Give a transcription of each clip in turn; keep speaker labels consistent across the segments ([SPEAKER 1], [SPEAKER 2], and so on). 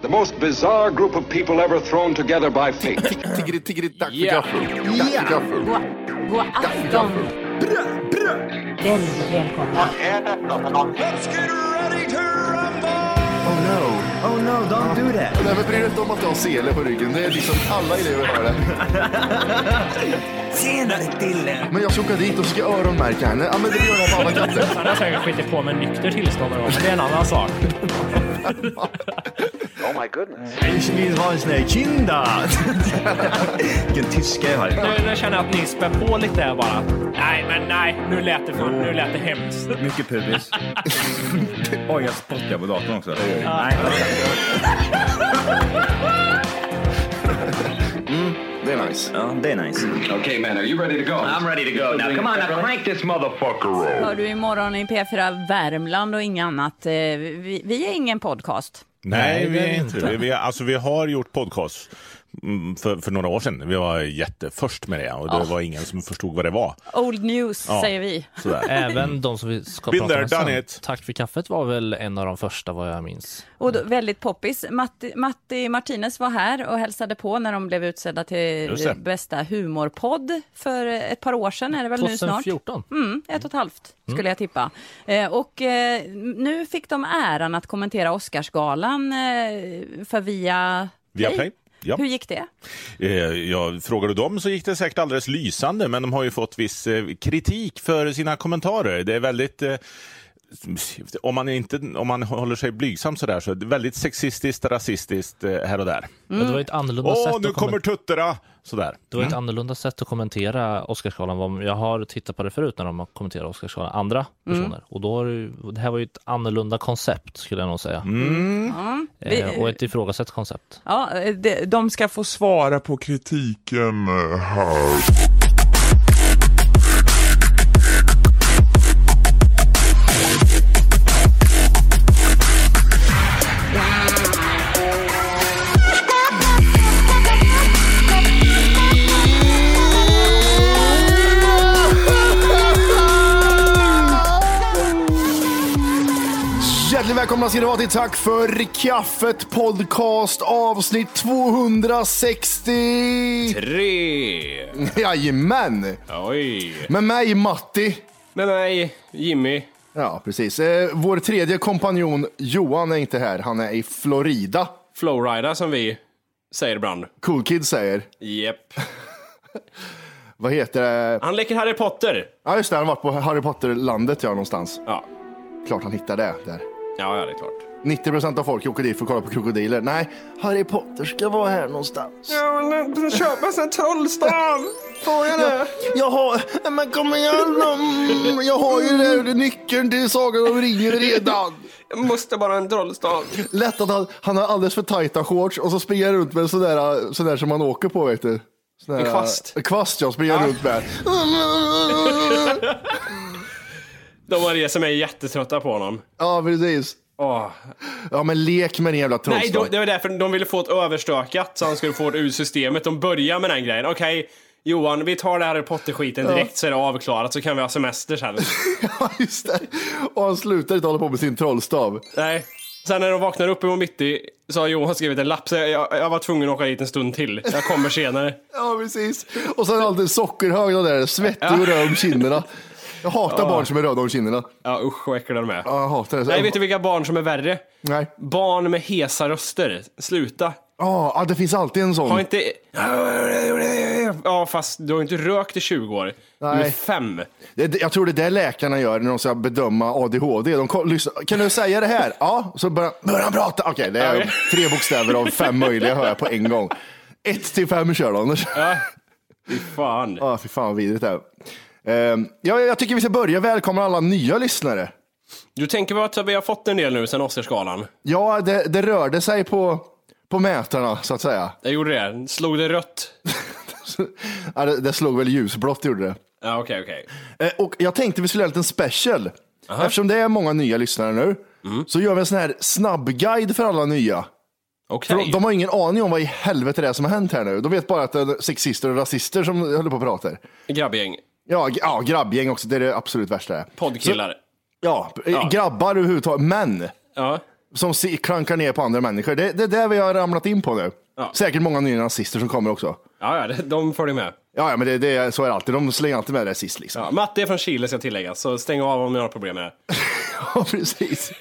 [SPEAKER 1] The most bizarre group of people ever thrown together by fate.
[SPEAKER 2] Tiggeri, tiggeri, dack för
[SPEAKER 3] Ja.
[SPEAKER 2] gaffel. Dack för gaffel.
[SPEAKER 4] God, god afton. Väldigt välkomna.
[SPEAKER 2] Oh no.
[SPEAKER 5] Oh no, don't do that.
[SPEAKER 2] Nej men bry dig inte om att du har sele på ryggen. Det är liksom alla elever har det.
[SPEAKER 5] Senare Dille.
[SPEAKER 2] Men jag ska åka dit och ska öronmärka henne. Ja men det gör jag på alla katter.
[SPEAKER 3] Han har säkert skitit på med nykter tillstånd någon gång, men det är en annan sak.
[SPEAKER 5] Ich vill ha en sån här kinda. Vilken tyska jag har.
[SPEAKER 3] Nu, nu känner jag att ni spär på lite här bara. Nej, men nej. Nu lät det, fan, nu lät det hemskt.
[SPEAKER 6] Mycket pubis. Oj, jag spottar på datorn också.
[SPEAKER 2] Det är nice.
[SPEAKER 6] Ja, det är nice.
[SPEAKER 1] okay, man, are you ready to go? I'm ready to go. Now, come on, now crank this motherfucker
[SPEAKER 4] Hör du imorgon i P4 Värmland och inget annat. Eh, Vi, vi är ingen podcast.
[SPEAKER 7] Nej, vi är inte det. Vi, alltså, vi har gjort podcast mm, för, för några år sedan. Vi var jätteförst med det och det var ingen som förstod vad det var.
[SPEAKER 4] Old news säger vi.
[SPEAKER 7] Sådär.
[SPEAKER 8] Även de som vi ska
[SPEAKER 7] Been
[SPEAKER 8] prata
[SPEAKER 7] there,
[SPEAKER 8] med
[SPEAKER 7] done
[SPEAKER 8] sen.
[SPEAKER 7] it.
[SPEAKER 8] Tack för kaffet var väl en av de första vad jag minns.
[SPEAKER 4] Och
[SPEAKER 7] Mm.
[SPEAKER 4] då, väldigt poppis. Matti, Matti Martinez var här och hälsade på när de blev utsedda
[SPEAKER 7] Just det.
[SPEAKER 4] till bästa humorpodd för ett par år sedan är det väl nu snart?
[SPEAKER 8] 2014.
[SPEAKER 4] Mm, ett och ett halvt
[SPEAKER 7] Mm.
[SPEAKER 4] skulle jag tippa. Eh, och eh, nu fick de äran att kommentera Oscarsgalan eh, för via...
[SPEAKER 7] Viaplay. Ja.
[SPEAKER 4] Hur gick det?
[SPEAKER 7] Eh, ja, frågar du dem så gick det säkert alldeles lysande, men de har ju fått viss eh, kritik för sina kommentarer. Det är väldigt... Eh, om man, inte, om man håller sig blygsam sådär så är det väldigt sexistiskt, rasistiskt eh, här och där.
[SPEAKER 8] Ja,
[SPEAKER 4] Mm.
[SPEAKER 8] det var ju ett annorlunda sätt
[SPEAKER 7] Åh,
[SPEAKER 8] att
[SPEAKER 7] nu kommer Mm.
[SPEAKER 8] kommentera.
[SPEAKER 7] tutterna! Sådär.
[SPEAKER 8] Det var ett annorlunda sätt att kommentera Oscarsgalan. vad- Jag har tittat på det förut när de har kommenterat Oscarsgalan, andra
[SPEAKER 4] Mm.
[SPEAKER 8] personer. Och då har det, ju- det här var ju ett annorlunda koncept skulle jag nog säga.
[SPEAKER 7] Mm.
[SPEAKER 8] Eh, och ett ifrågasatt koncept.
[SPEAKER 4] Ja, eh, de, de ska få svar.
[SPEAKER 2] Hjärtligt välkomna ska ni vara till Tack för kaffet podcast avsnitt 260.
[SPEAKER 3] Tre.
[SPEAKER 2] Jajamän!
[SPEAKER 3] Oj.
[SPEAKER 2] Med mig Matti.
[SPEAKER 3] Med mig, Jimmy.
[SPEAKER 2] Ja, precis. Eh, vår tredje kompanjon Johan är inte här. Han är i Florida.
[SPEAKER 3] Flowrida som vi säger ibland.
[SPEAKER 2] Cool Kid säger.
[SPEAKER 3] Jep.
[SPEAKER 2] Vad heter det?
[SPEAKER 3] Han leker Harry Potter.
[SPEAKER 2] Ja, just det. Han har varit på Harry Potter-landet ja, någonstans.
[SPEAKER 3] Ja.
[SPEAKER 2] Klart han hittar det där.
[SPEAKER 3] Ja, ja, det är klart.
[SPEAKER 2] 90 procent av folk åker dit för att kolla på krokodiler. Nej, Harry Potter ska vara här någonstans. Jag har, men kom igen mm, Jag har ju det, nyckeln till Sagan om ringen redan.
[SPEAKER 9] Jag måste vara en trollstav.
[SPEAKER 2] Lätt att han, han har alldeles för tajta shorts och så springer han runt med en sån där, sån där som man åker på vet du. Sån där-
[SPEAKER 9] En kvast.
[SPEAKER 2] En kvast ja, springer han runt med.
[SPEAKER 3] De var det som är jättetrötta på honom.
[SPEAKER 2] Ja precis.
[SPEAKER 3] Åh.
[SPEAKER 2] Ja men lek med din jävla
[SPEAKER 3] Nej,
[SPEAKER 2] trollstav.
[SPEAKER 3] de, det var därför de ville få ett överstökat så han skulle få det ur systemet. De börjar med den grejen. Okej, Johan, vi tar det här Harry Potter-skiten direkt så är det avklarat så kan vi ha semester sen.
[SPEAKER 2] Ja, just det. Och han slutar inte hålla på med sin trollstav.
[SPEAKER 3] Nej. Sen när de vaknar upp i mitti så har Johan skrivit en lapp. Så jag, jag, jag var tvungen att åka hit en stund till. Jag kommer senare.
[SPEAKER 2] Ja precis. Och sen alltid sockerhög de där, svettig och röd om kinderna. Jag hatar barn som är röda om kinderna.
[SPEAKER 3] Ja, usch vad äckliga de är.
[SPEAKER 2] Ja, jag hatar det.
[SPEAKER 3] Nej, vet du vilka barn som är värre?
[SPEAKER 2] Nej.
[SPEAKER 3] Barn med hesa röster. Sluta.
[SPEAKER 2] Ja, ah, det finns alltid en sån.
[SPEAKER 3] Har inte... Ja, fast du har inte rökt i 20 år. Du är
[SPEAKER 2] Nej.
[SPEAKER 3] fem.
[SPEAKER 2] Det- det- Jag tror det är det läkarna gör när de ska bedöma ADHD. De ko- lyssnar. Kan du säga det här? Ja, så börjar börjar han prata. Okej, det är
[SPEAKER 3] Okej.
[SPEAKER 2] tre bokstäver av fem möjliga hör jag på en gång. Ett till fem kör de.
[SPEAKER 3] Ja. Fy fan.
[SPEAKER 2] Ja, fy fan vad vidrigt det är. Ehm, ja, jag tycker vi ska börja välkomna alla nya lyssnare.
[SPEAKER 3] Du tänker på att vi har fått en del nu sen Oscarsgalan?
[SPEAKER 2] Ja, det, det rörde sig på, på mätarna så att säga.
[SPEAKER 3] Jag gjorde det. Slog det rött?
[SPEAKER 2] Ja, det, det slog väl ljusblått gjorde det.
[SPEAKER 3] Ja, okej, okej.
[SPEAKER 2] Eh, Och jag tänkte vi skulle göra en liten special. Eftersom det är många nya lyssnare nu, så gör vi en sån här snabbguide för alla nya. För
[SPEAKER 3] Okej.
[SPEAKER 2] de, de har ingen aning om vad i helvete det är som har hänt här nu. De vet bara att det är sexister och rasister som håller på och pratar.
[SPEAKER 3] Grabbgäng.
[SPEAKER 2] Ja, g- ja grabbgäng också, det är det absolut värsta.
[SPEAKER 3] Poddkillar.
[SPEAKER 2] Ja, eh, grabbar överhuvudtaget, män.
[SPEAKER 3] Ja.
[SPEAKER 2] som se- klankar ner på andra människor. Det, det är där vi har ramlat in på nu. Säkert många nya nazister som kommer också.
[SPEAKER 3] Ja, ja, det- de följer med.
[SPEAKER 2] Ja, ja men det, det, är- så är det alltid. De slänger alltid med det sist liksom.
[SPEAKER 3] Ja, Matte är från Chile ska tilläggas, så stäng av om ni har problem med det.
[SPEAKER 2] Ja, precis.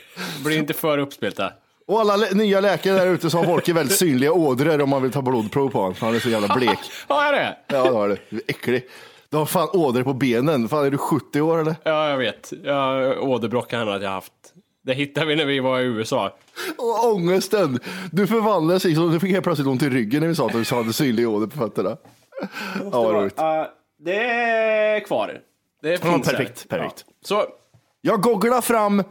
[SPEAKER 3] Blir inte för uppspelt där.
[SPEAKER 2] Och alla lä- nya läkare där ute så har Wolke väldigt synliga ådror om man vill ta blodprov på honom. för Han är så jävla blek.
[SPEAKER 3] Ja, är det?
[SPEAKER 2] Ja, det har du. Du är äcklig. Du har fan ådror på benen. Fan, är du 70 år eller?
[SPEAKER 3] Ja, jag vet. Ja, åderbråcka han att jag haft. Det hittade vi när vi var i USA.
[SPEAKER 2] Och ångesten. Du förvandlades liksom. Du fick helt plötsligt ont i ryggen när vi sa att du hade synliga ådror på fötterna. Ja, vad roligt.
[SPEAKER 3] Ja, det är kvar. Det
[SPEAKER 2] Ja,
[SPEAKER 3] finns
[SPEAKER 2] perfekt,
[SPEAKER 3] här.
[SPEAKER 2] perfekt.
[SPEAKER 3] Ja. Så,
[SPEAKER 2] Jag googlar fram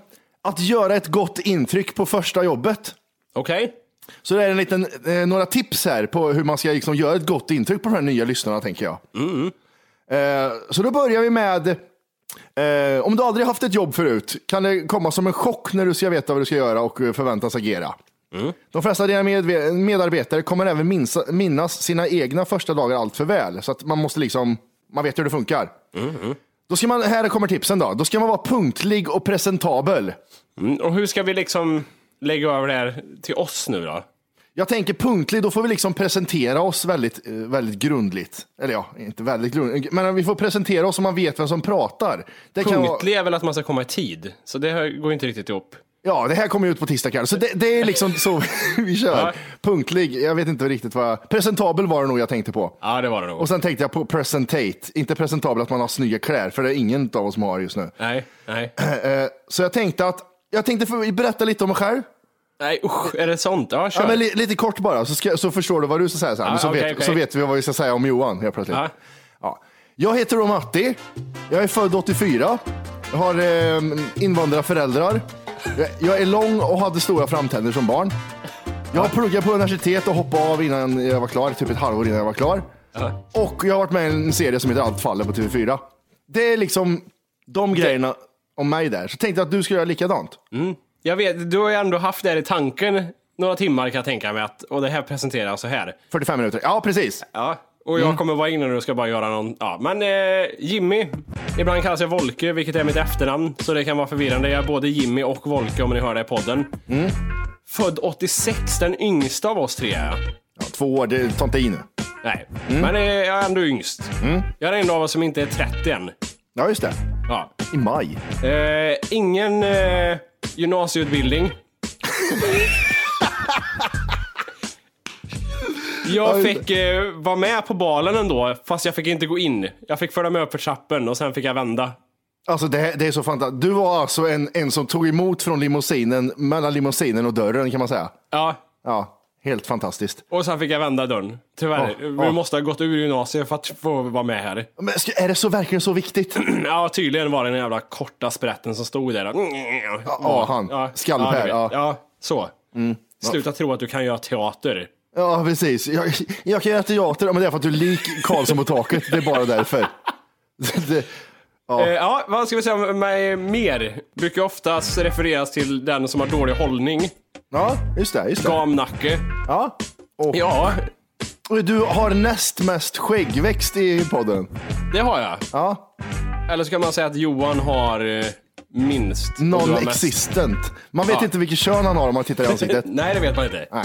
[SPEAKER 2] att göra ett gott intryck på första jobbet.
[SPEAKER 3] okej.
[SPEAKER 2] Så det är en liten, eh, några tips här på hur man ska liksom göra ett gott intryck på de här nya lyssnarna, tänker jag. Eh, så då börjar vi med, eh, om du aldrig haft ett jobb förut, kan det komma som en chock när du ska veta vad du ska göra och eh, förväntas agera. De flesta av dina medve- medarbetare kommer även minsa, minnas sina egna första dagar allt för väl, så att man måste liksom, man vet hur det funkar. Då ska man, här kommer tipsen då, då ska man vara punktlig och presentabel.
[SPEAKER 3] Mm, och hur ska vi liksom lägga över det här till oss nu då?
[SPEAKER 2] Jag tänker punktlig, då får vi liksom presentera oss väldigt, eh, väldigt grundligt. Eller ja, inte väldigt grundligt, men vi får presentera oss så man vet vem som pratar. Det kan vara-
[SPEAKER 3] Punktlig är väl att man ska komma i tid, så det här går inte riktigt ihop.
[SPEAKER 2] ja, det här kommer ut på tisdag kväll, så det, det är liksom så vi kör.
[SPEAKER 3] Ja.
[SPEAKER 2] Punktlig, jag vet inte riktigt vad jag... Presentabel var det nog jag tänkte på.
[SPEAKER 3] Ja, det var det nog.
[SPEAKER 2] Och sen tänkte jag på presentate, inte presentabel att man har snygga kläder, för det är ingen av oss som har just nu.
[SPEAKER 3] Nej, nej.
[SPEAKER 2] Så jag tänkte att, jag tänkte för, berätta lite om mig själv.
[SPEAKER 3] nej, usch, är det sånt? Ja, kör.
[SPEAKER 2] Ja, men li, lite kort bara, så, ska, så förstår du vad du ska säga sen.
[SPEAKER 3] Ja,
[SPEAKER 2] men så,
[SPEAKER 3] okej,
[SPEAKER 2] vet,
[SPEAKER 3] okej.
[SPEAKER 2] så vet vi vad vi ska säga om Johan helt plötsligt.
[SPEAKER 3] Ja.
[SPEAKER 2] Ja. Jag heter då Matti. Jag är född 84. Jag har eh, invandrarföräldrar. Jag, jag är lång och hade stora framtänder som barn. Jag har pluggat på universitet och hoppade av innan jag var klar, typ ett halvår innan jag var klar. Och jag har varit med i en serie som heter Allt faller på TV4. Det är liksom de grejerna om mig där. Så tänkte jag att du ska göra likadant.
[SPEAKER 3] Mm. Jag vet, du har ju ändå haft det här i tanken några timmar kan jag tänka mig att, och det här presenterar jag så här.
[SPEAKER 2] 45 minuter. Ja, precis.
[SPEAKER 3] Ja, och
[SPEAKER 2] Mm.
[SPEAKER 3] jag kommer vara inne nu och ska bara göra någon, ja. Men eh, Jimmy, ibland kallas jag Volke, vilket är mitt efternamn, så det kan vara förvirrande. Jag är både Jimmy och Volke om ni hör det i podden.
[SPEAKER 2] Mm.
[SPEAKER 3] Född 86, den yngsta av oss tre är jag.
[SPEAKER 2] Ja, två år, det tar inte i nu.
[SPEAKER 3] Nej,
[SPEAKER 2] Mm.
[SPEAKER 3] men eh, jag är ändå yngst. Jag är den enda av oss som inte är 30 än.
[SPEAKER 2] Ja, just det.
[SPEAKER 3] Ja.
[SPEAKER 2] I maj.
[SPEAKER 3] Eh, ingen eh, gymnasieutbildning. jag fick eh, vara med på balen ändå, fast jag fick inte gå in. Jag fick följa med upp för trappen och sen fick jag vända.
[SPEAKER 2] Alltså det, det är så fantastiskt. Du var alltså en, en som tog emot från limousinen, mellan limousinen och dörren kan man säga.
[SPEAKER 3] Ja,
[SPEAKER 2] Ja, helt fantastiskt.
[SPEAKER 3] och sen fick jag vända dörren. Tyvärr,
[SPEAKER 2] Ja,
[SPEAKER 3] vi
[SPEAKER 2] ja.
[SPEAKER 3] måste ha gått ur gymnasiet för att få vara med här.
[SPEAKER 2] Men ska, är det så verkligen så viktigt?
[SPEAKER 3] Ja, tydligen var det den jävla korta sprätten som stod där. Mm,
[SPEAKER 2] ja, han. Skalpär,
[SPEAKER 3] du vet.
[SPEAKER 2] ja. Mm.
[SPEAKER 3] ja, så. Sluta tro att du kan göra teater.
[SPEAKER 2] Ja, precis. Jag, jag kan göra teater, men det är för att du är lik Karlsson på taket. Det är bara därför. Det,
[SPEAKER 3] Eh, ja, vad ska vi säga om mig mer? Brukar oftast refereras till den som har dålig hållning.
[SPEAKER 2] ja, just det. Just det.
[SPEAKER 3] Gamnacke.
[SPEAKER 2] Ja. Och,
[SPEAKER 3] Ja,
[SPEAKER 2] och du har näst mest skäggväxt i podden.
[SPEAKER 3] det har jag.
[SPEAKER 2] Ja,
[SPEAKER 3] Eller så kan man säga att Johan har eh, minst. och du har mest.
[SPEAKER 2] non-existent. Man vet
[SPEAKER 3] Ja.
[SPEAKER 2] inte vilket kön han har om man tittar i ansiktet.
[SPEAKER 3] Nej, det vet man inte.
[SPEAKER 2] Nej.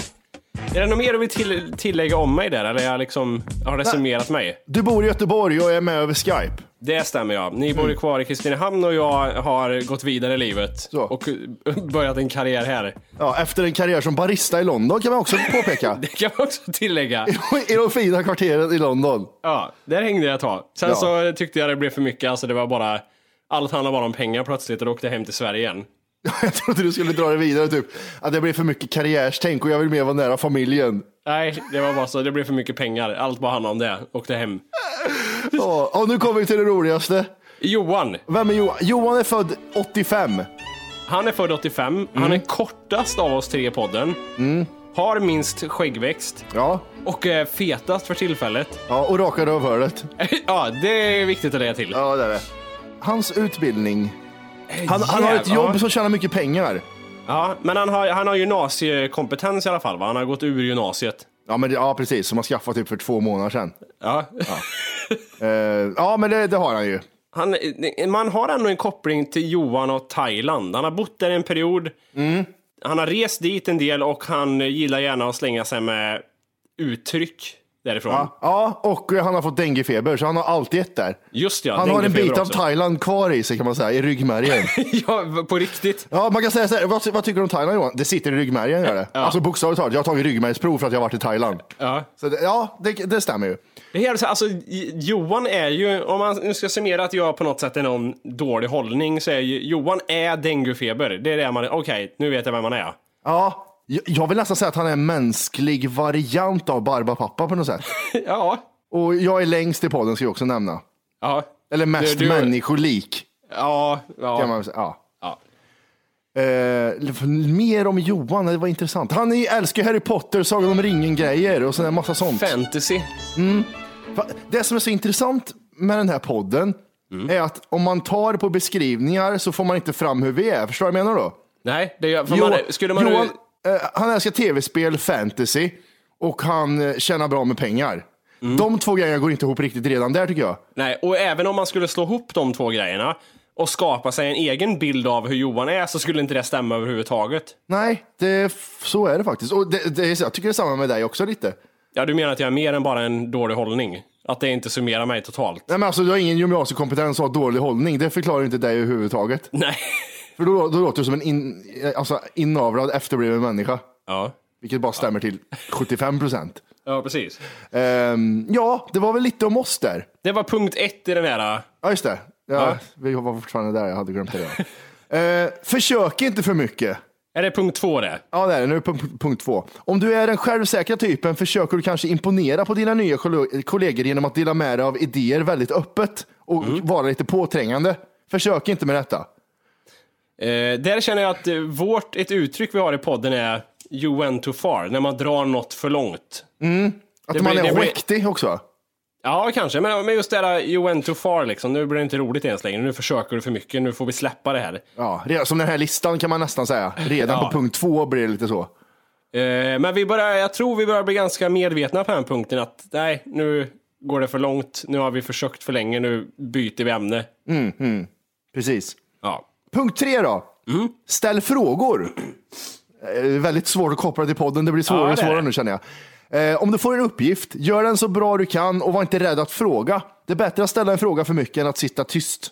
[SPEAKER 3] Är det något mer du vill till tillägga om mig där? Eller jag liksom har resumerat mig?
[SPEAKER 2] Du bor i Göteborg och är med över Skype.
[SPEAKER 3] Det stämmer ja. Ni
[SPEAKER 2] Mm.
[SPEAKER 3] bor ju kvar i Kristinehamn och jag har gått vidare i livet.
[SPEAKER 2] Så.
[SPEAKER 3] Och eh, börjat en karriär här.
[SPEAKER 2] Ja, efter en karriär som barista i London kan man också påpeka.
[SPEAKER 3] Det kan man också tillägga.
[SPEAKER 2] I de fina kvarteren i London.
[SPEAKER 3] Ja, där hängde jag ett tag. Sen
[SPEAKER 2] Ja.
[SPEAKER 3] så tyckte jag det blev för mycket, alltså det var bara allt handlade bara om pengar plötsligt och då åkte jag hem till Sverige igen.
[SPEAKER 2] Jag trodde du skulle dra det vidare, typ att det blir för mycket karriärstänk och jag vill mer vara nära familjen.
[SPEAKER 3] Nej, det var bara så, det blev för mycket pengar. Allt bara handlade om det. Åkte hem.
[SPEAKER 2] Ja, och nu kommer vi till det roligaste.
[SPEAKER 3] Johan,
[SPEAKER 2] Vem är Johan? Johan är född 85.
[SPEAKER 3] han är född 85. Han är
[SPEAKER 2] Mm.
[SPEAKER 3] kortast av oss tre i podden. Har minst skäggväxt
[SPEAKER 2] Ja,
[SPEAKER 3] och är fetast för tillfället.
[SPEAKER 2] ja och rakar rövhålet.
[SPEAKER 3] ja, det är viktigt att lägga till.
[SPEAKER 2] Ja, det är det. Hans utbildning. Han, han har ett
[SPEAKER 3] Jävlar.
[SPEAKER 2] jobb som tjänar mycket pengar.
[SPEAKER 3] Ja, men han har, han har gymnasiekompetens i alla fall, va? Han har gått ur gymnasiet.
[SPEAKER 2] Ja, men det, ja, precis. Som han skaffade typ för två månader sedan.
[SPEAKER 3] Ja.
[SPEAKER 2] Eh, ja, men det, det har han ju.
[SPEAKER 3] Han,
[SPEAKER 2] Mm.
[SPEAKER 3] man har ändå en koppling till Johan och Thailand. Han har bott där en period. han har rest dit en del och han gillar gärna att slänga sig med uttryck därifrån.
[SPEAKER 2] Ja, ja, och han har fått denguefeber, så han har allt gett där.
[SPEAKER 3] Just ja,
[SPEAKER 2] Han har en
[SPEAKER 3] denguefeber
[SPEAKER 2] bit av
[SPEAKER 3] också.
[SPEAKER 2] Thailand kvar i sig kan man säga, i ryggmärgen.
[SPEAKER 3] Ja, på riktigt.
[SPEAKER 2] Ja, man kan säga så här, vad, vad tycker du om Thailand Johan? Det sitter i ryggmärgen gör det. Alltså bokstavligt talat, jag har tagit ryggmärgsprov för att jag har varit i Thailand.
[SPEAKER 3] Ja.
[SPEAKER 2] Så det, ja, det, det stämmer ju.
[SPEAKER 3] Det är, så- alltså, J- Johan är ju, om man nu ska summera att jag på något sätt är någon dålig hållning, så är ju, Johan är denguefeber. Det är det man, okej, nu vet jag vem man är.
[SPEAKER 2] Ja, jag- jag vill nästan säga att han är en mänsklig variant av Barbapapa på något sätt.
[SPEAKER 3] Ja,
[SPEAKER 2] Och jag är längst i podden ska jag också nämna.
[SPEAKER 3] ja,
[SPEAKER 2] Eller mest
[SPEAKER 3] Du- du-
[SPEAKER 2] människolik.
[SPEAKER 3] ja, ja.
[SPEAKER 2] Kan man väl säga. Ja.
[SPEAKER 3] Ja.
[SPEAKER 2] Eh, mer om Johan, det var intressant. Han är- älskar Harry Potter, Sagan om ringen-grejer och sån där massa sånt.
[SPEAKER 3] Fantasy.
[SPEAKER 2] Va- Det som är så intressant med den här podden
[SPEAKER 3] Mm.
[SPEAKER 2] är att om man tar på beskrivningar så får man inte fram hur vi är. Förstår du vad jag menar då?
[SPEAKER 3] Nej, det är, för
[SPEAKER 2] Jo-
[SPEAKER 3] man, skulle man
[SPEAKER 2] Johan,
[SPEAKER 3] nu...
[SPEAKER 2] eh, han älskar tv-spel, fantasy och han eh, tjänar bra med pengar.
[SPEAKER 3] Mm.
[SPEAKER 2] De två grejerna går inte ihop riktigt redan där tycker jag.
[SPEAKER 3] Nej, och även om man skulle slå ihop de två grejerna och skapa sig en egen bild av hur Johan är så skulle inte det stämma överhuvudtaget.
[SPEAKER 2] Nej, det, f- så är det faktiskt. Och det, det, är så- jag tycker det är samma med dig också lite.
[SPEAKER 3] Ja, du menar att jag är mer än bara en dålig hållning? Att det inte summerar mig totalt?
[SPEAKER 2] Nej, men alltså, du har ingen gymnasiekompetens och har dålig hållning. Det förklarar inte dig överhuvudtaget.
[SPEAKER 3] Nej.
[SPEAKER 2] För då, då låter du som en in, eh, alltså, inavlad, efterbliven människa.
[SPEAKER 3] Ja,
[SPEAKER 2] Vilket bara stämmer till 75 procent. Ehm,
[SPEAKER 3] ja precis.
[SPEAKER 2] ja, det var väl lite om oss där.
[SPEAKER 3] Det var punkt ett i den här...
[SPEAKER 2] Ja, just det. Ja,
[SPEAKER 3] Ja.
[SPEAKER 2] Vi var fortfarande där, jag hade glömt det redan. Eh, försök inte för mycket.
[SPEAKER 3] Är det punkt två det?
[SPEAKER 2] Ja, det är det. Nu är det punkt- punkt två. Om du är den självsäkra typen försöker du kanske imponera på dina nya kollo- kollegor genom att dela med dig av idéer väldigt öppet och
[SPEAKER 3] Mm.
[SPEAKER 2] vara lite påträngande. Försök inte med detta.
[SPEAKER 3] Eh, där känner jag att eh, vårt, ett uttryck vi har i podden är You went too far, när man drar något för långt.
[SPEAKER 2] Att
[SPEAKER 3] Det
[SPEAKER 2] man
[SPEAKER 3] blir-
[SPEAKER 2] är
[SPEAKER 3] det blir-
[SPEAKER 2] mäktig också.
[SPEAKER 3] Ja, kanske, men, men just det här You went too far liksom, nu blir det inte roligt ens längre, nu försöker du för mycket, nu får vi släppa det här.
[SPEAKER 2] Ja, redan, som den här listan kan man nästan säga. Redan på punkt två blir det lite så.
[SPEAKER 3] Eh, men vi börjar, jag tror vi börjar bli ganska medvetna på den här punkten att nej, nu går det för långt, nu har vi försökt för länge, nu byter vi ämne.
[SPEAKER 2] Precis.
[SPEAKER 3] Ja. Mm.
[SPEAKER 2] Punkt tre då. Ställ frågor. Eh, väldigt svårt att koppla till podden. Det blir svårare
[SPEAKER 3] Ja,
[SPEAKER 2] och
[SPEAKER 3] det är
[SPEAKER 2] svårare
[SPEAKER 3] det.
[SPEAKER 2] nu känner jag. Eh, om du får en uppgift, gör den så bra du kan och var inte rädd att fråga. Det är bättre att ställa en fråga för mycket än att sitta tyst.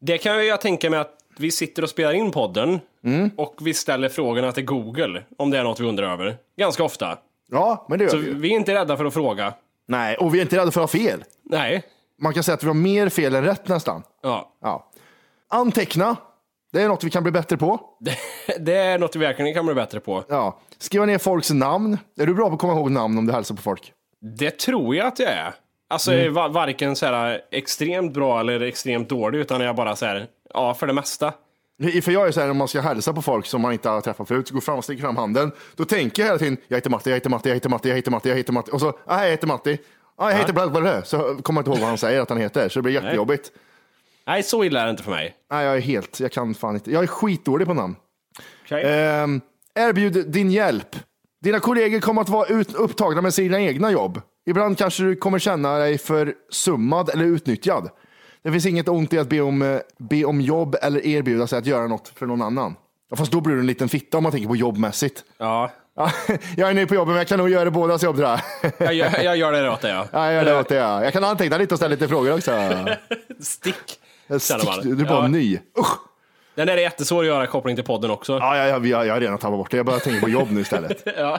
[SPEAKER 3] Det kan jag tänka mig att vi sitter och spelar in podden
[SPEAKER 2] Mm.
[SPEAKER 3] och vi ställer frågorna till Google om det är något vi undrar över. Ganska ofta.
[SPEAKER 2] Ja, men det gör
[SPEAKER 3] Så
[SPEAKER 2] vi ju.
[SPEAKER 3] vi är inte rädda för att fråga.
[SPEAKER 2] Nej, och vi är inte rädda för att ha fel.
[SPEAKER 3] Nej.
[SPEAKER 2] Man kan säga att vi har mer fel än rätt nästan.
[SPEAKER 3] Ja.
[SPEAKER 2] Ja. Anteckna. Det är något vi kan bli bättre på.
[SPEAKER 3] Det är något vi verkligen kan bli bättre på.
[SPEAKER 2] Ja. Skriva ner folks namn. Är du bra på att komma ihåg namn om du hälsar på folk?
[SPEAKER 3] Det tror jag att jag är. Alltså
[SPEAKER 2] Mm.
[SPEAKER 3] jag är va- varken så här extremt bra eller extremt dålig utan jag bara så här, ja för det mesta.
[SPEAKER 2] För jag är så här, om man ska hälsa på folk som man inte har träffat förut, går fram och sticker fram handen. Då tänker jag hela tiden, jag heter Matti, jag heter Matti, jag heter Matti, jag heter Matti, jag heter Matti. Och så, ah, jag heter Matti. Ah, jag heter bla, bla, bla. Så kommer jag inte ihåg vad han säger att han heter, så det blir jättejobbigt.
[SPEAKER 3] Nej, så illa är det inte för mig.
[SPEAKER 2] Nej, jag är helt, jag kan fan inte. Jag är skitdålig på namn.
[SPEAKER 3] Okej.
[SPEAKER 2] Ehm, erbjud din hjälp. Dina kollegor kommer att vara ut, upptagna med sina egna jobb. Ibland kanske du kommer känna dig försummad eller utnyttjad. Det finns inget ont i att be om, eh, be om jobb eller erbjuda sig att göra något för någon annan. Ja, fast då blir du en liten fitta om man tänker på jobbmässigt.
[SPEAKER 3] Ja,
[SPEAKER 2] Ja, jag är ny på jobbet, men jag kan nog göra bådas jobb tror jag.
[SPEAKER 3] jag, gör- jag gör det åt dig. Ja.
[SPEAKER 2] Ja, jag gör det åt det. ja. Jag kan anteckna lite och ställa lite frågor också.
[SPEAKER 3] Stick. känner man.
[SPEAKER 2] Stick, du är bara
[SPEAKER 3] Ja.
[SPEAKER 2] ny. Usch.
[SPEAKER 3] Den där är jättesvår att göra koppling till podden också.
[SPEAKER 2] Ja, ja, ja, vi har- jag har redan tappat bort det. Jag börjar tänka på jobb nu istället.
[SPEAKER 3] Ja.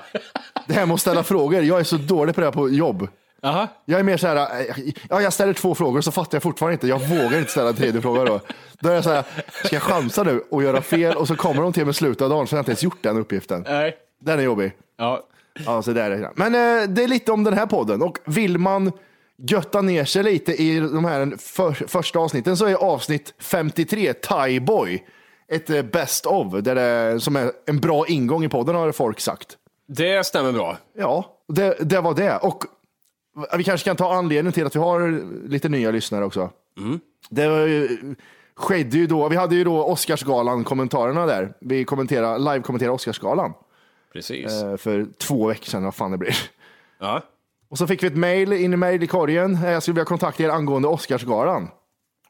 [SPEAKER 2] Det här med att ställa frågor. Jag är så dålig på det här på jobb.
[SPEAKER 3] Jaha.
[SPEAKER 2] Jag är mer så här, eh, ja, jag ställer två frågor så fattar jag fortfarande inte. Jag vågar inte ställa en tredje fråga då. Då är jag så här, ska jag chansa nu och göra fel och så kommer de till mig i slutet av dagen så har jag inte ens gjort den uppgiften.
[SPEAKER 3] Nej.
[SPEAKER 2] Den är jobbig.
[SPEAKER 3] Ja.
[SPEAKER 2] Ja, så där är det. Men eh, det är lite om den här podden och vill man götta ner sig lite i de här för, första avsnitten så är avsnitt 53 Thai Boy ett eh, best of där det, som är en bra ingång i podden har folk sagt.
[SPEAKER 3] Det stämmer bra.
[SPEAKER 2] Ja, det, det var det. Och vi kanske kan ta anledningen till att vi har lite nya lyssnare också. Det var ju, skedde ju då, vi hade ju då Oscarsgalan-kommentarerna där. Vi kommentera- live-kommenterade Oscarsgalan
[SPEAKER 3] Precis.
[SPEAKER 2] eh, för två veckor sedan, vad fan det blir.
[SPEAKER 3] Ja.
[SPEAKER 2] Och så fick vi ett mejl in i mejlkorgen. Eh, Jag skulle vilja kontakta er angående Oscarsgalan.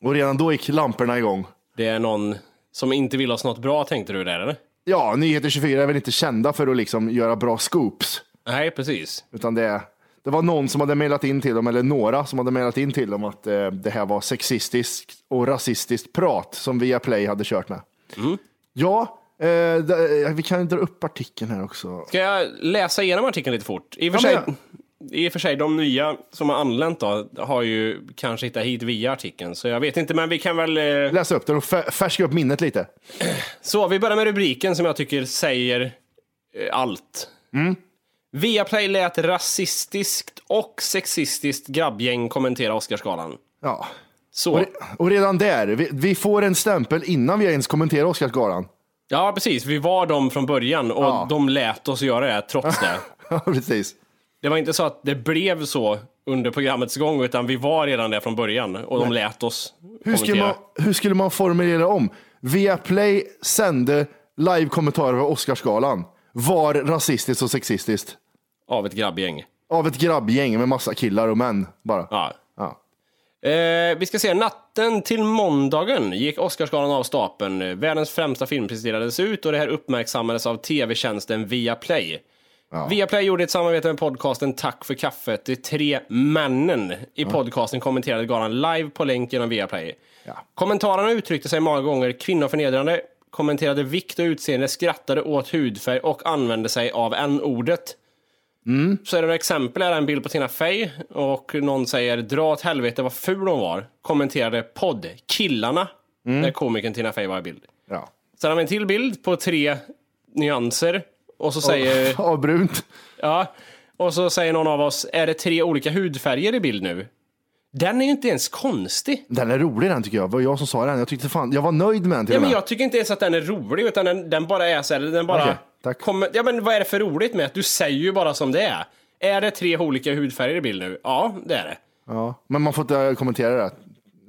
[SPEAKER 2] Och redan då gick lamporna igång.
[SPEAKER 3] Det är någon som inte vill oss något bra tänkte du där eller?
[SPEAKER 2] ja, Nyheter 24 är väl inte kända för att liksom göra bra scoops.
[SPEAKER 3] Nej, precis.
[SPEAKER 2] Utan det, det var någon som hade mejlat in till dem, eller några som hade mejlat in till dem att eh, det här var sexistiskt och rasistiskt prat som Viaplay hade kört med. Ja, eh, det- vi kan dra upp artikeln här också.
[SPEAKER 3] Ska jag läsa igenom artikeln lite fort? I och för,
[SPEAKER 2] Ja,
[SPEAKER 3] sig, i och för sig, de nya som har anlänt då, har ju kanske hittat hit via artikeln, så jag vet inte, men vi kan väl... eh,
[SPEAKER 2] Läs upp den och fä- färska upp minnet lite.
[SPEAKER 3] Så, vi börjar med rubriken som jag tycker säger eh, allt.
[SPEAKER 2] Mm.
[SPEAKER 3] Viaplay lät rasistiskt och sexistiskt grabbgäng kommentera Oscarsgalan.
[SPEAKER 2] Ja.
[SPEAKER 3] Så.
[SPEAKER 2] Och, re- och redan där, vi, vi får en stämpel innan vi ens kommenterar Oscarsgalan.
[SPEAKER 3] Ja, precis. Vi var de från början och
[SPEAKER 2] Ja.
[SPEAKER 3] de lät oss göra det trots det.
[SPEAKER 2] Ja, precis.
[SPEAKER 3] Det var inte så att det blev så under programmets gång, utan vi var redan där från början och de lät oss
[SPEAKER 2] Hur skulle,
[SPEAKER 3] kommentera.
[SPEAKER 2] man, hur skulle man formulera om? Viaplay sände live-kommentarer av Oscarsgalan. Var rasistiskt och sexistiskt.
[SPEAKER 3] Av ett grabbgäng.
[SPEAKER 2] Av ett grabbgäng med massa killar och män bara.
[SPEAKER 3] Ja.
[SPEAKER 2] Ja.
[SPEAKER 3] Eh, vi ska se, natten till måndagen gick Oscarsgalan av stapeln. Världens främsta film presenterades ut och det här uppmärksammades av tv-tjänsten Viaplay. Viaplay gjorde ett samarbete med podcasten Tack för kaffet. De tre männen i podcasten kommenterade galan live på länk genom Viaplay. Kommentarerna uttryckte sig många gånger kvinnoförnedrande, kommenterade vikt och utseende, skrattade åt hudfärg och använde sig av n-ordet. Så är det några exempel här, en bild på Tina Fey och någon säger dra åt helvete vad ful hon var. Kommenterade podd Killarna,
[SPEAKER 2] Mm.
[SPEAKER 3] där komikern Tina Fey var i bild.
[SPEAKER 2] Ja.
[SPEAKER 3] Sen har vi en till bild på tre nyanser och så säger,
[SPEAKER 2] Ja, brunt.
[SPEAKER 3] ja, och så säger någon av oss, är det tre olika hudfärger i bild nu? Den är ju inte ens konstig.
[SPEAKER 2] Den är rolig den tycker jag. Det var jag som sa den. Jag tyckte fan, jag var nöjd med den till
[SPEAKER 3] Ja,
[SPEAKER 2] och
[SPEAKER 3] men
[SPEAKER 2] med.
[SPEAKER 3] jag tycker inte ens att den är rolig, utan den, den bara är så här, den bara...
[SPEAKER 2] Okej, tack.
[SPEAKER 3] Kommer, ja, men vad är det för roligt med att du säger ju bara som det är? Är det tre olika hudfärger i bild nu? Ja, det är det.
[SPEAKER 2] Ja. men man får inte eh, kommentera det.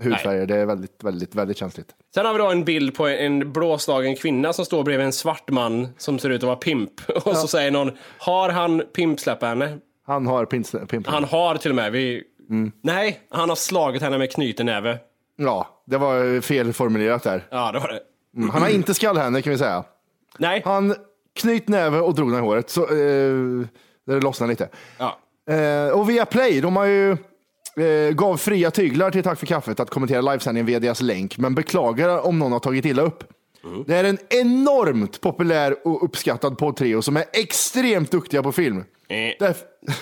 [SPEAKER 2] Hudfärger, det är väldigt, väldigt, väldigt känsligt.
[SPEAKER 3] Sen har vi då en bild på en blåslagen kvinna som står bredvid en svart man som ser ut att vara pimp. Och så säger någon, har han pimp släppt henne?
[SPEAKER 2] Han har pins- pimplar.
[SPEAKER 3] Han har till och med, vi...
[SPEAKER 2] Mm.
[SPEAKER 3] Nej, han har slagit henne med knuten näve.
[SPEAKER 2] Ja, det var felformulerat där.
[SPEAKER 3] Ja, det var det.
[SPEAKER 2] Mm. Han har inte skallhänder kan vi säga.
[SPEAKER 3] Nej,
[SPEAKER 2] Han knyt näve och drog den i håret. Så, eh, det lossnade lite.
[SPEAKER 3] ja.
[SPEAKER 2] Eh, och Viaplay, de har ju eh, gav fria tyglar till Tack för kaffet att kommentera livesändningen via deras länk, men beklagar om någon har tagit illa upp. Det är en enormt populär och uppskattad poddtrio som är extremt duktiga på film. Därf-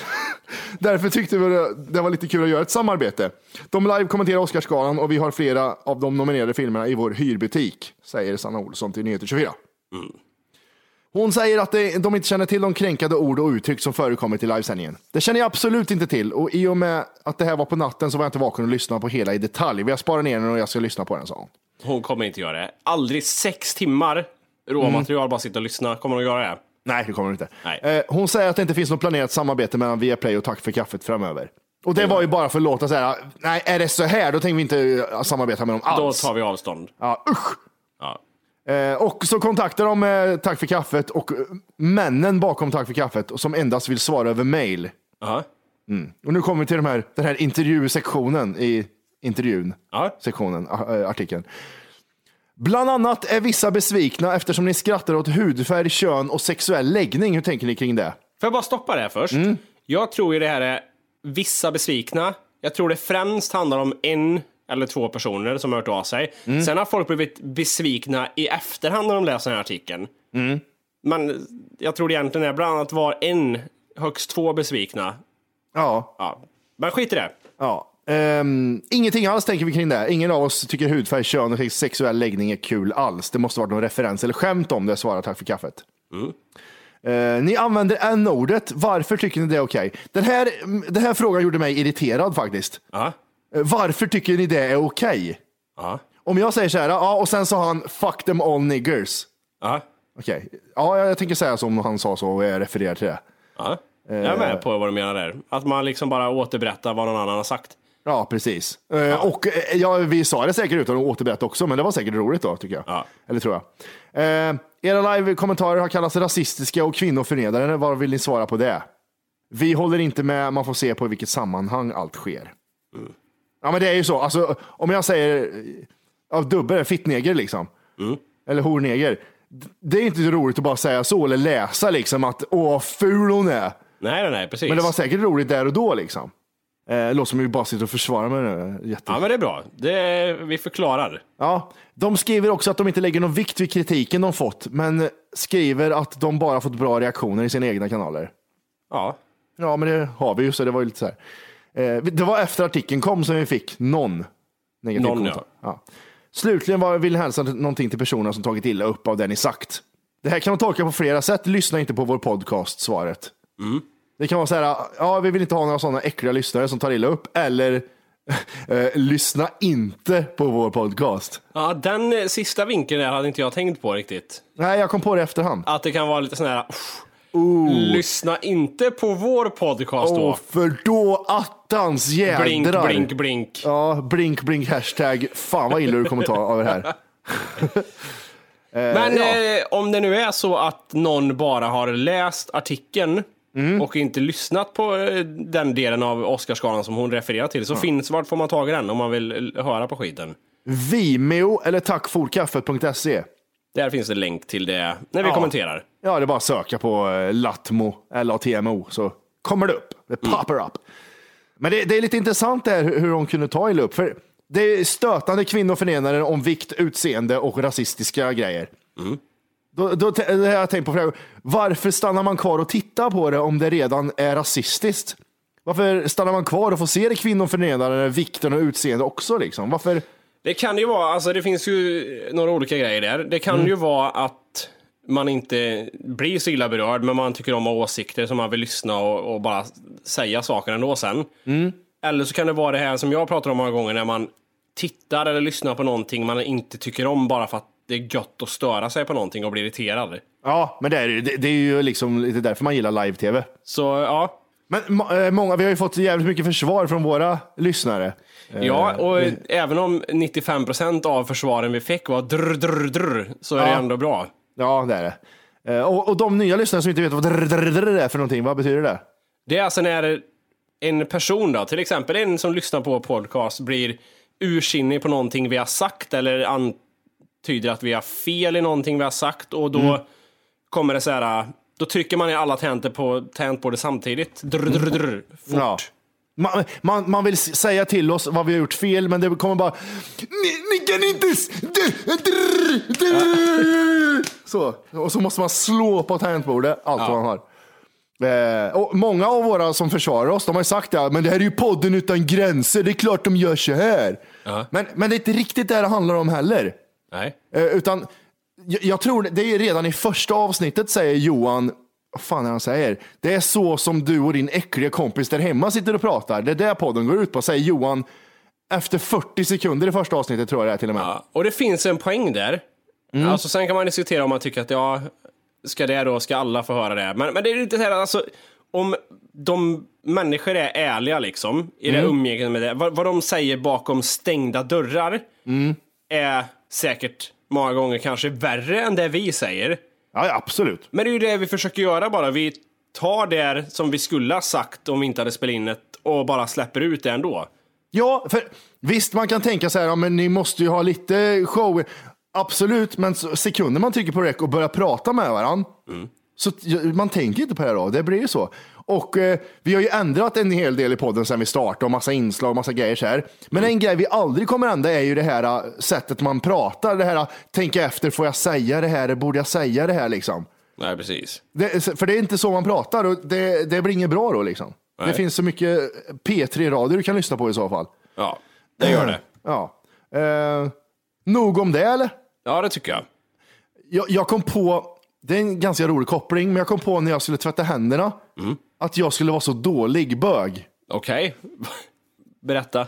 [SPEAKER 2] Därför tyckte vi det- det var lite kul att göra ett samarbete. De live kommenterar Oscarsgalan och vi har flera av de nominerade filmerna i vår hyrbutik, säger Sanna Olsson till Nyheter 24. Hon säger att det- de inte känner till de kränkande ord och uttryck som förekommit i livesändningen. Det känner jag absolut inte till och i och med att det här var på natten så var jag inte vaken och lyssnade på hela i detalj. Vi har sparat ner den och jag ska lyssna på den, sa hon.
[SPEAKER 3] Hon kommer inte göra det. Aldrig sex timmar råmaterial, bara sitta och lyssna. Kommer hon göra det?
[SPEAKER 2] Nej, det kommer hon inte.
[SPEAKER 3] Nej.
[SPEAKER 2] Eh, Hon säger att det inte finns något planerat samarbete mellan Viaplay och Tack för kaffet framöver. Och det var ju bara för att låta så här, nej, är det så här, då tänker vi inte eh, samarbeta med dem
[SPEAKER 3] Då
[SPEAKER 2] alls.
[SPEAKER 3] tar vi avstånd.
[SPEAKER 2] Ja, usch.
[SPEAKER 3] Ja.
[SPEAKER 2] Eh, Och så kontaktar de eh, Tack för kaffet och eh, männen bakom Tack för kaffet som endast vill svara över mail.
[SPEAKER 3] Ja.
[SPEAKER 2] Och nu kommer vi till de här, den här intervjusektionen i intervjun,
[SPEAKER 3] Ja.
[SPEAKER 2] sektionen, a- eh, artikeln. Bland annat är vissa besvikna eftersom ni skrattar åt hudfärg, kön och sexuell läggning. Hur tänker ni kring det?
[SPEAKER 3] Får jag bara stoppa det här först?
[SPEAKER 2] Mm.
[SPEAKER 3] Jag tror ju det här är vissa besvikna. Jag tror det främst handlar om en eller två personer som har hört av sig.
[SPEAKER 2] Mm.
[SPEAKER 3] Sen har folk blivit besvikna i efterhand när de läser den här artikeln.
[SPEAKER 2] Mm.
[SPEAKER 3] Men jag tror det egentligen är bland annat var en, högst två besvikna.
[SPEAKER 2] Ja,
[SPEAKER 3] Ja. Men skit i det.
[SPEAKER 2] ja. Ehm, ingenting alls tänker vi kring det. Ingen av oss tycker hudfärg, kön och sexuell läggning är kul alls. Det måste varit någon referens eller skämt om det, svarar Tack för kaffet. Eh, ni använder n-ordet. Varför tycker ni det är okej? Den, här, den här frågan gjorde mig irriterad faktiskt.
[SPEAKER 3] Ja.
[SPEAKER 2] Eh, Varför tycker ni det är okej?
[SPEAKER 3] Ja.
[SPEAKER 2] Om jag säger så här, ja, och sen sa han fuck them all niggers.
[SPEAKER 3] Ja.
[SPEAKER 2] Okej, ja, jag tänker säga som han sa så och jag refererar till det.
[SPEAKER 3] ja. Jag är
[SPEAKER 2] Eh.
[SPEAKER 3] med på vad du menar där. Att man liksom bara återberättar vad någon annan har sagt.
[SPEAKER 2] Ja, precis. Eh, Och eh, ja, vi sa det säkert utan att återberätta också, men det var säkert roligt då, tycker jag.
[SPEAKER 3] Ja.
[SPEAKER 2] Eller tror jag. Eh, era live-kommentarer har kallats rasistiska och kvinnoförnedrande. Vad vill ni svara på det? Vi håller inte med, man får se på i vilket sammanhang allt sker. Ja, men det är ju så. eh, Alltså, om jag säger ja, dubbel, fittneger liksom. Eller horneger. det är inte så roligt att bara säga så eller läsa liksom att åh vad ful hon är.
[SPEAKER 3] Nej, nej, nej, precis.
[SPEAKER 2] Men det var säkert roligt där och då liksom. Eh, låter som vi bara sitter och försvarar med det. Jätte...
[SPEAKER 3] Ja, men det är bra. Det, vi förklarar.
[SPEAKER 2] Ja, de skriver också att de inte lägger någon vikt vid kritiken de fått, men skriver att de bara fått bra reaktioner i sina egna kanaler.
[SPEAKER 3] Ja.
[SPEAKER 2] Ja, men det har vi ju, så det var ju lite så här. Eh, Det var efter artikeln kom som vi fick någon negativ
[SPEAKER 3] Någon,
[SPEAKER 2] kommentar. Ja. Slutligen var, vill jag hälsa någonting till personer som tagit illa upp av det ni sagt. Det här kan man tolka på flera sätt. Lyssna inte på vår podcast, svaret.
[SPEAKER 3] Mm.
[SPEAKER 2] Det kan vara så här, ja, vi vill inte ha några sådana äckliga lyssnare som tar illa upp, eller eh, lyssna inte på vår podcast.
[SPEAKER 3] Ja, den eh, sista vinkeln där hade inte jag tänkt på riktigt.
[SPEAKER 2] Nej, jag kom på det i efterhand.
[SPEAKER 3] Att det kan vara lite sån här... uff,
[SPEAKER 2] Oh.
[SPEAKER 3] Lyssna inte på vår podcast
[SPEAKER 2] Åh,
[SPEAKER 3] då.
[SPEAKER 2] för då attans jädrar.
[SPEAKER 3] Blink, blink, blink.
[SPEAKER 2] Ja, blink, blink, hashtag. Fan vad illa du kommer ta av det här.
[SPEAKER 3] Men
[SPEAKER 2] ja.
[SPEAKER 3] eh, om det nu är så att någon bara har läst artikeln
[SPEAKER 2] Mm.
[SPEAKER 3] och inte lyssnat på eh, den delen av Oscarsgalan som hon refererar till, så finns vart får man tag i den om man vill eh, höra på skiten?
[SPEAKER 2] Vimeo eller tackforkaffet.se.
[SPEAKER 3] Där finns det länk till det när vi kommenterar.
[SPEAKER 2] Ja, det är bara att söka på eh, Latmo, L-A-T-M-O, så kommer det upp. Det poppar upp. Men det, det är lite intressant där hur hur de kunde ta illa upp. För det är stötande kvinnoförnedrande om vikt, utseende och rasistiska grejer. Då, då, t- det har jag tänkt på flera gånger. Varför stannar man kvar och tittar på det om det redan är rasistiskt? Varför stannar man kvar och får se det kvinnoförnedrande, vikten och utseende också? Liksom? Varför?
[SPEAKER 3] Det kan ju vara, alltså det finns ju några olika grejer där. Det kan ju vara att man inte blir så illa berörd, men man tycker om att ha åsikter som man vill lyssna och, och bara säga saker ändå sen. Eller så kan det vara det här som jag pratar om många gånger när man tittar eller lyssnar på någonting man inte tycker om bara för att det är gött att störa sig på någonting och bli irriterad.
[SPEAKER 2] Ja, men det är, ju- det, det är ju liksom lite därför man gillar live-tv.
[SPEAKER 3] Så ja,
[SPEAKER 2] Men ma- eh, många, vi har ju fått jävligt mycket försvar från våra lyssnare.
[SPEAKER 3] ja och även om 95% av försvaren vi fick var drr, drr, drr, så är det ändå bra.
[SPEAKER 2] Ja, det är det. Eh, Och, och de nya lyssnare som inte vet vad drr, drr, drr är för någonting, vad betyder det?
[SPEAKER 3] Det är alltså när en person då, till exempel en som lyssnar på podcast, blir ursinnig på någonting vi har sagt eller antyder att vi har fel i någonting vi har sagt och då kommer det så här, då trycker man i alla tangenter på, tangentbordet samtidigt. Drr, drr, drr, fort.
[SPEAKER 2] Ja. Man, man, man vill s- säga till oss vad vi har gjort fel, men det kommer bara... Ni, ni kan inte... s- drr, drr, drr." Så. Och så måste man slå på tangentbordet, allt vad man har. Eh, och många av våra som försvarar oss, de har ju sagt det, här, men det här är ju podden utan gränser, det är klart de gör så här. Men, men det är inte riktigt det det handlar om heller.
[SPEAKER 3] Nej.
[SPEAKER 2] Eh, Utan jag, jag tror det- det är redan i första avsnittet säger Johan, vad fan är han säger? Det är så som du och din äckliga kompis där hemma sitter och pratar. Det är det podden går ut på, säger Johan. Efter 40 sekunder i första avsnittet tror jag det är till och med.
[SPEAKER 3] Ja, och det finns en poäng där. Alltså, sen kan man diskutera om man tycker att ja, ska det då, ska alla få höra det? Men, men det är lite så här, alltså, om de människor är ärliga liksom, i det umgänget med det, vad, vad de säger bakom stängda dörrar är säkert många gånger kanske värre än det vi säger.
[SPEAKER 2] Ja, ja absolut.
[SPEAKER 3] Men det är ju det vi försöker göra bara. Vi tar det som vi skulle ha sagt om vi inte hade spelat in det och bara släpper ut det ändå.
[SPEAKER 2] Ja, för visst man kan tänka så här, ja, men ni måste ju ha lite show. Absolut, men så- sekunder man trycker på rec och börjar prata med varandra. Så t- ja, man tänker inte på det här då, det blir ju så. Och eh, vi har ju ändrat en hel del i podden sedan vi startade och massa inslag och massa grejer så här. Men en grej vi aldrig kommer ändra är ju det här eh, sättet man pratar, det här eh, tänka efter, får jag säga det här, borde jag säga det här liksom?
[SPEAKER 3] Nej, precis.
[SPEAKER 2] Det, för det är inte så man pratar och det, det blir inget bra då liksom. Det finns så mycket P3-radio du kan lyssna på i så fall.
[SPEAKER 3] Ja, det gör det.
[SPEAKER 2] Ja. Eh, nog om det eller?
[SPEAKER 3] Ja, det tycker jag.
[SPEAKER 2] jag, jag kom på, det är en ganska rolig koppling, men jag kom på när jag skulle tvätta händerna
[SPEAKER 3] Mm.
[SPEAKER 2] att jag skulle vara så dålig bög.
[SPEAKER 3] Okej, berätta.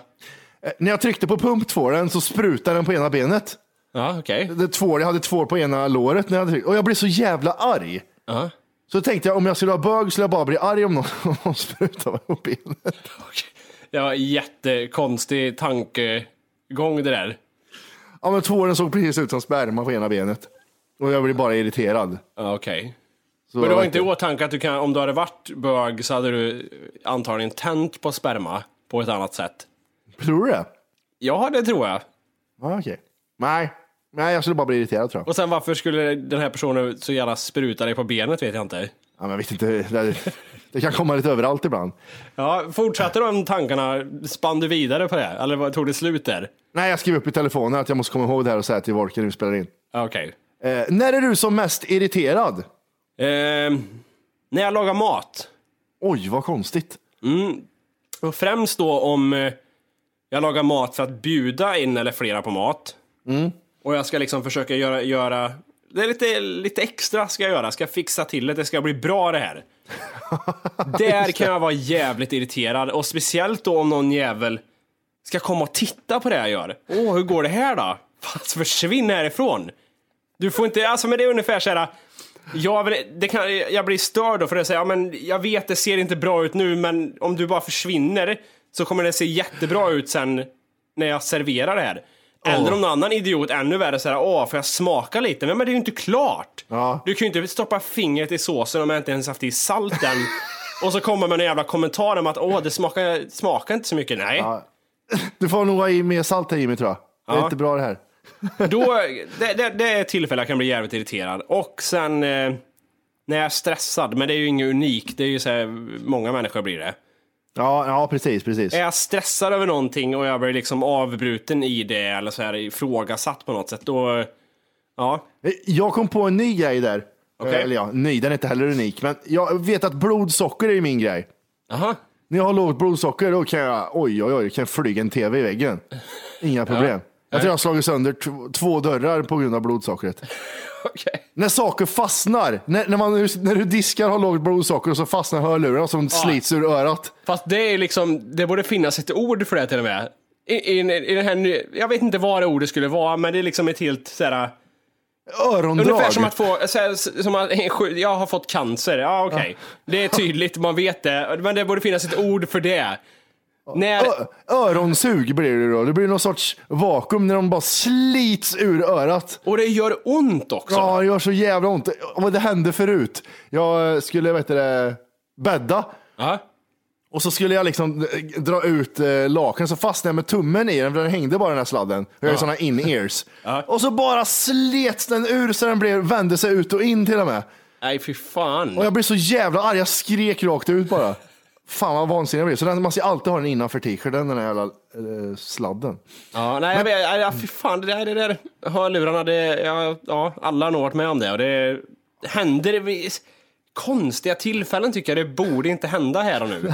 [SPEAKER 2] Eh, När jag tryckte på pumptvålen så sprutade den på ena benet.
[SPEAKER 3] Ja, okej.
[SPEAKER 2] Det tvål, jag hade tvål på ena låret när jag hade tryckt. och jag blev så jävla arg.
[SPEAKER 3] Ja.
[SPEAKER 2] Så tänkte jag om jag skulle vara bög skulle jag bara bli arg om någon, om någon sprutade mig på benet.
[SPEAKER 3] Det var en jättekonstig tankegång det där.
[SPEAKER 2] Ja, men tvålen såg precis ut som sperma på ena benet. Och jag blev bara irriterad.
[SPEAKER 3] Ja, Okej.
[SPEAKER 2] Så
[SPEAKER 3] Men du
[SPEAKER 2] jag
[SPEAKER 3] har
[SPEAKER 2] vet
[SPEAKER 3] inte i åtanke att du kan, om du hade varit bög så hade du antagligen tänt på sperma på ett annat sätt?
[SPEAKER 2] Tror du det?
[SPEAKER 3] Ja, det tror jag.
[SPEAKER 2] Ja, okej. Nej, Nej, jag skulle bara bli irriterad tror jag.
[SPEAKER 3] Och sen varför skulle den här personen så gärna spruta dig på benet vet jag inte.
[SPEAKER 2] Ja, men jag vet inte, det, det kan komma lite överallt ibland.
[SPEAKER 3] Ja, fortsatte de tankarna, spann du vidare på det? Eller vad- tog det slut där?
[SPEAKER 2] Nej, jag skrev upp i telefonen att jag måste komma ihåg det här och säga till Volker när vi spelar in.
[SPEAKER 3] Ja, Okej.
[SPEAKER 2] Eh, när är du som mest irriterad?
[SPEAKER 3] Ehm, när jag lagar mat,
[SPEAKER 2] Oj, vad konstigt.
[SPEAKER 3] och främst då om eh, jag lagar mat för att bjuda en eller flera på mat. Och jag ska liksom försöka göra, göra det är lite, lite extra ska jag göra, ska fixa till det, det ska bli bra det här. Där kan jag vara jävligt irriterad och speciellt då om någon jävel ska komma och titta på det jag gör. Åh, hur går det här då? Fan, försvinn härifrån! Du får inte, alltså men det är ungefär så här. Jag, vill- det kan, jag blir störd då för att säga, ja, men jag vet det ser inte bra ut nu men om du bara försvinner så kommer det se jättebra ut sen när jag serverar det här. Eller om någon annan idiot ännu värre säger åh får jag smaka lite? Men, men det är ju inte klart!
[SPEAKER 2] Ja.
[SPEAKER 3] Du kan ju inte stoppa fingret i såsen om jag inte ens haft i salten. Och så kommer man en jävla kommentar om att åh det smakar, smakar inte så mycket. Nej,
[SPEAKER 2] Du får nog ha i mer salt här Jimmy tror jag. Det är
[SPEAKER 3] Ja.
[SPEAKER 2] inte bra det här.
[SPEAKER 3] Då, det, det, det är ett tillfälle jag kan bli jävligt irriterad. Och sen eh, när jag är stressad, men det är ju inget unikt, det är ju så här, många människor blir det.
[SPEAKER 2] Ja, ja precis, precis.
[SPEAKER 3] Är jag stressad över någonting och jag blir liksom avbruten i det eller så här ifrågasatt på något sätt, då... Ja,
[SPEAKER 2] Eh, Jag kom på en ny grej där. Eh,
[SPEAKER 3] Okej.
[SPEAKER 2] Eller ja, ny, den är inte heller unik. Men jag vet att blodsocker är ju min grej.
[SPEAKER 3] aha.
[SPEAKER 2] När jag har lågt blodsocker då kan jag, oj oj oj, kan jag flyga en tv i väggen. Inga problem. Jag tror jag har slagit sönder t- två dörrar på grund av blodsockret.
[SPEAKER 3] Okej.
[SPEAKER 2] När saker fastnar, när, när, man, när du diskar har lågt blodsocker och så fastnar hörlurarna som slits ur örat.
[SPEAKER 3] Fast det är liksom, det borde finnas ett ord för det till och med. I, i, i den här, ny- jag vet inte vad det ordet skulle vara, men det är liksom ett helt så här,
[SPEAKER 2] Örondrag.
[SPEAKER 3] Ungefär som att få, eh, så här, som att, jag har fått cancer, ja okej. Det är tydligt, man vet det, men det borde finnas ett ord för det. När,
[SPEAKER 2] Ö- Öronsug blir det då. Det blir någon sorts vakuum när de bara slits ur örat.
[SPEAKER 3] och det gör ont också.
[SPEAKER 2] Ja, det gör så jävla ont. Och det hände förut. Jag skulle, vet du det, bädda.
[SPEAKER 3] Ja.
[SPEAKER 2] Och så skulle jag liksom dra ut eh, lakan, så fastnade jag med tummen i den, för den hängde bara den här sladden. Jag har ju sådana in-ears. Och så bara slets den ur så den blev, vände sig ut och in till och med.
[SPEAKER 3] Nej fy fan.
[SPEAKER 2] Och jag blev så jävla arg, jag skrek rakt ut bara. Fan vad vansinnig jag blev. Så den, man ska alltid ha den innanför t-shirten, den där jävla eh, sladden.
[SPEAKER 3] Ja, nej, jag vet, nej, ja, fy fan, det där, det där hörlurarna, det, ja, ja, alla har nog varit med om det. Och det händer vid konstiga tillfällen tycker jag, det borde inte hända här och nu.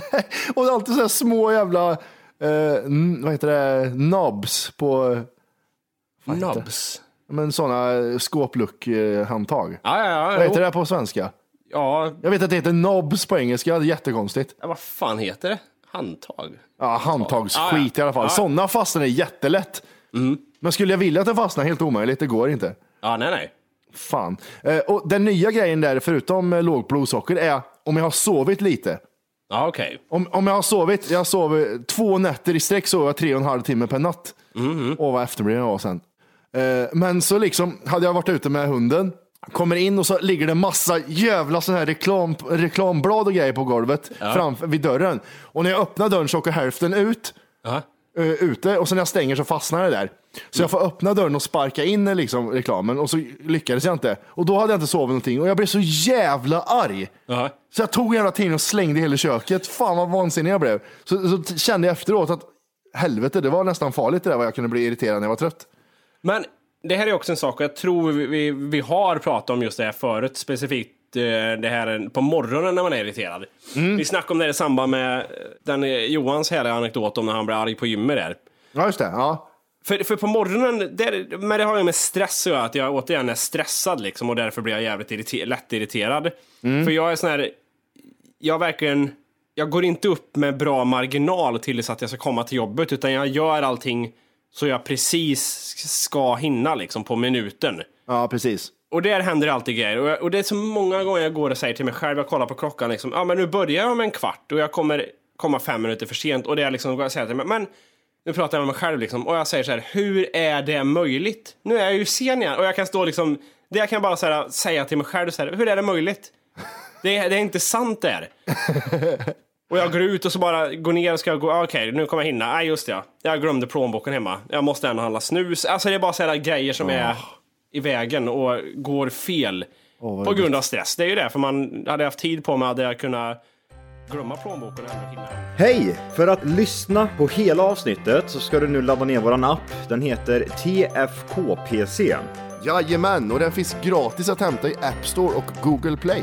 [SPEAKER 2] Och det är alltid sådana små jävla, eh, n- vad heter det, nobs på
[SPEAKER 3] Nobs.
[SPEAKER 2] Men sådana skåpluckhandtag.
[SPEAKER 3] Ja, ja,
[SPEAKER 2] Vad
[SPEAKER 3] ja,
[SPEAKER 2] heter
[SPEAKER 3] jo.
[SPEAKER 2] det på svenska?
[SPEAKER 3] ja,
[SPEAKER 2] Jag vet att det heter nobs på engelska, det är jättekonstigt.
[SPEAKER 3] vad fan heter det? Handtag?
[SPEAKER 2] Ja, handtagsskit
[SPEAKER 3] Ja, ja.
[SPEAKER 2] i alla fall.
[SPEAKER 3] Ja. Mm.
[SPEAKER 2] Sådana fastnar är jättelätt. Men skulle jag vilja att den fastnar? Helt omöjligt, det går inte.
[SPEAKER 3] Ja, nej, nej.
[SPEAKER 2] Fan. Eh, Och den nya grejen där, förutom eh, lågt blodsocker, är om jag har sovit lite.
[SPEAKER 3] Ja, okej.
[SPEAKER 2] Om, om jag har sovit, jag sover två nätter i sträck, sover jag tre och en halv timme per natt. Och vad efterbliven jag var sen. Eh, men så liksom, hade jag varit ute med hunden, kommer in och så ligger det massa jävla sån här reklam, reklamblad och grejer på golvet framför, vid dörren. Och när jag öppnar dörren så åker hälften ut,
[SPEAKER 3] Ja.
[SPEAKER 2] eh, ute och sen när jag stänger så fastnar det där. Så jag får öppna dörren och sparka in eh, liksom, reklamen och så lyckades jag inte. Och då hade jag inte sovit någonting och jag blev så jävla arg.
[SPEAKER 3] Ja.
[SPEAKER 2] Så jag tog jävla tidningen och slängde hela köket. Fan vad vansinnig jag blev. Så, så t- kände jag efteråt att helvete, det var nästan farligt det där vad jag kunde bli irriterad när jag var trött.
[SPEAKER 3] Men det här är också en sak, och jag tror vi, vi, vi har pratat om just det här förut, specifikt eh, det här på morgonen när man är irriterad. Vi snackade om det i samband med eh, den, eh, Johans härliga anekdot om när han blev arg på gymmet där.
[SPEAKER 2] Ja, just det. Ja.
[SPEAKER 3] För, för på morgonen, där, men det har ju med stress att göra, att jag återigen är stressad liksom och därför blir jag jävligt irriter- lättirriterad. För jag är sån här, jag verkligen, jag går inte upp med bra marginal till så att jag ska komma till jobbet utan jag gör allting så jag precis ska hinna liksom på minuten.
[SPEAKER 2] ja, precis.
[SPEAKER 3] Och där händer det alltid grejer. Och, jag, och det är så många gånger jag går och säger till mig själv, jag kollar på klockan liksom, ja men nu börjar jag om en kvart och jag kommer komma fem minuter för sent. Och det är liksom, jag säger till mig, men nu pratar jag med mig själv liksom. Och jag säger så här, hur är det möjligt? Nu är jag ju sen igen. Och jag kan stå liksom, det jag kan bara så här, säga till mig själv så här, hur är det möjligt? Det, är- det är inte sant det här. Och jag går ut och så bara går ner och ska gå, ah, okej nu kommer jag hinna. Nej just det ja. Jag glömde plånboken hemma. Jag måste ändå handla snus. Alltså det är bara sådana grejer som är i vägen och går fel. på grund av stress. Det är ju det, för man hade jag haft tid på mig hade jag kunnat glömma plånboken och ändå hinna.
[SPEAKER 5] Hej! För att lyssna på hela avsnittet så ska du nu ladda ner våran app. Den heter TFKPC.
[SPEAKER 2] Jajamän, och den finns gratis att hämta i App Store och Google Play.